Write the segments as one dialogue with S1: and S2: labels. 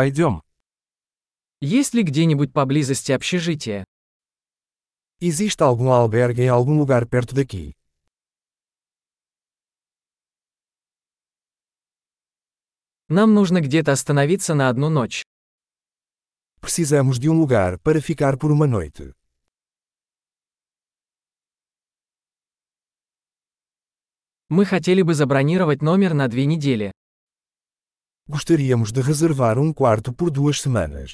S1: Пойдем.
S2: Есть ли где-нибудь поблизости общежитие?
S1: Existe algum albergue em algum lugar perto daqui?
S2: Нам нужно где-то остановиться на одну ночь.
S1: Precisamos de um lugar para ficar por uma noite.
S2: Мы хотели бы забронировать номер на две недели.
S1: Gostaríamos de reservar um quarto por duas semanas.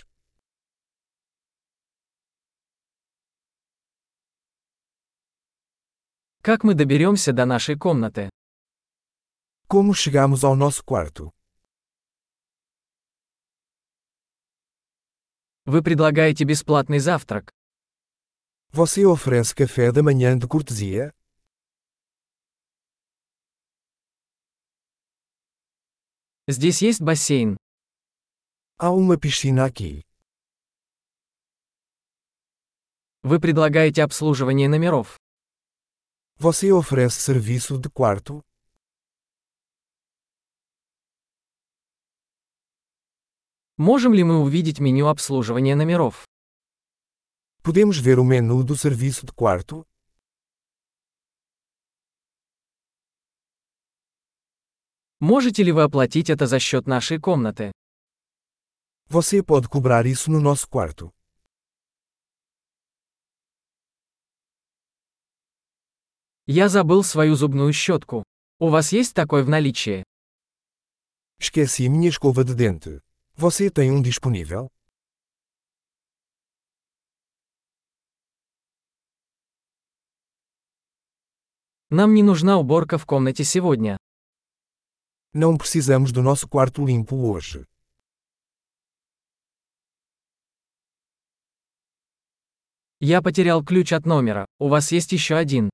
S2: Как мы доберемся до нашей комнаты?
S1: Como chegamos ao nosso quarto?
S2: Вы предлагаете бесплатный завтрак.
S1: Você oferece café da manhã de cortesia?
S2: Здесь есть бассейн.
S1: Há uma piscina aqui.
S2: Вы предлагаете обслуживание номеров.
S1: Você oferece serviço de quarto?
S2: Можем ли мы увидеть меню обслуживания номеров?
S1: Podemos ver o menu do serviço de quarto?
S2: Можете ли вы оплатить это за счет нашей комнаты?
S1: Você pode cobrar isso no nosso quarto.
S2: Я забыл свою зубную щетку. У вас есть такой в наличии?
S1: Esqueci minha escova de dente. Você tem um disponível?
S2: Нам не нужна уборка в комнате сегодня.
S1: Não precisamos do nosso quarto limpo hoje.
S2: Я потерял ключ от номера. У вас есть еще один.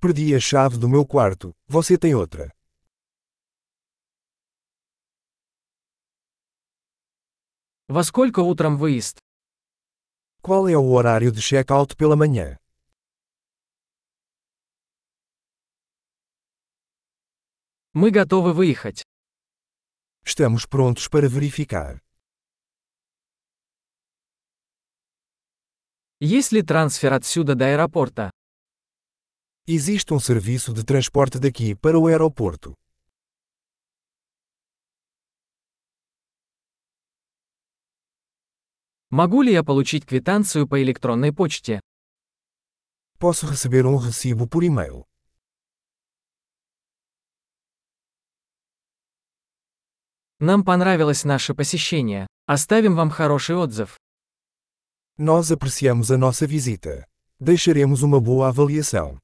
S1: Perdi a chave do meu quarto. Você tem outra.
S2: Во сколько утром выезд?
S1: Qual é o horário de check-out pela manhã?
S2: Мы готовы выехать.
S1: Estamos prontos para verificar.
S2: Есть ли трансфер отсюда до аэропорта?
S1: Existe um serviço de transporte daqui para o aeroporto.
S2: Могу ли я получить квитанцию по электронной почте?
S1: Posso receber um recibo por e-mail.
S2: Нам понравилось наше посещение. Оставим вам хороший отзыв.
S1: Nós apreciamos a nossa visita. Deixaremos uma boa avaliação.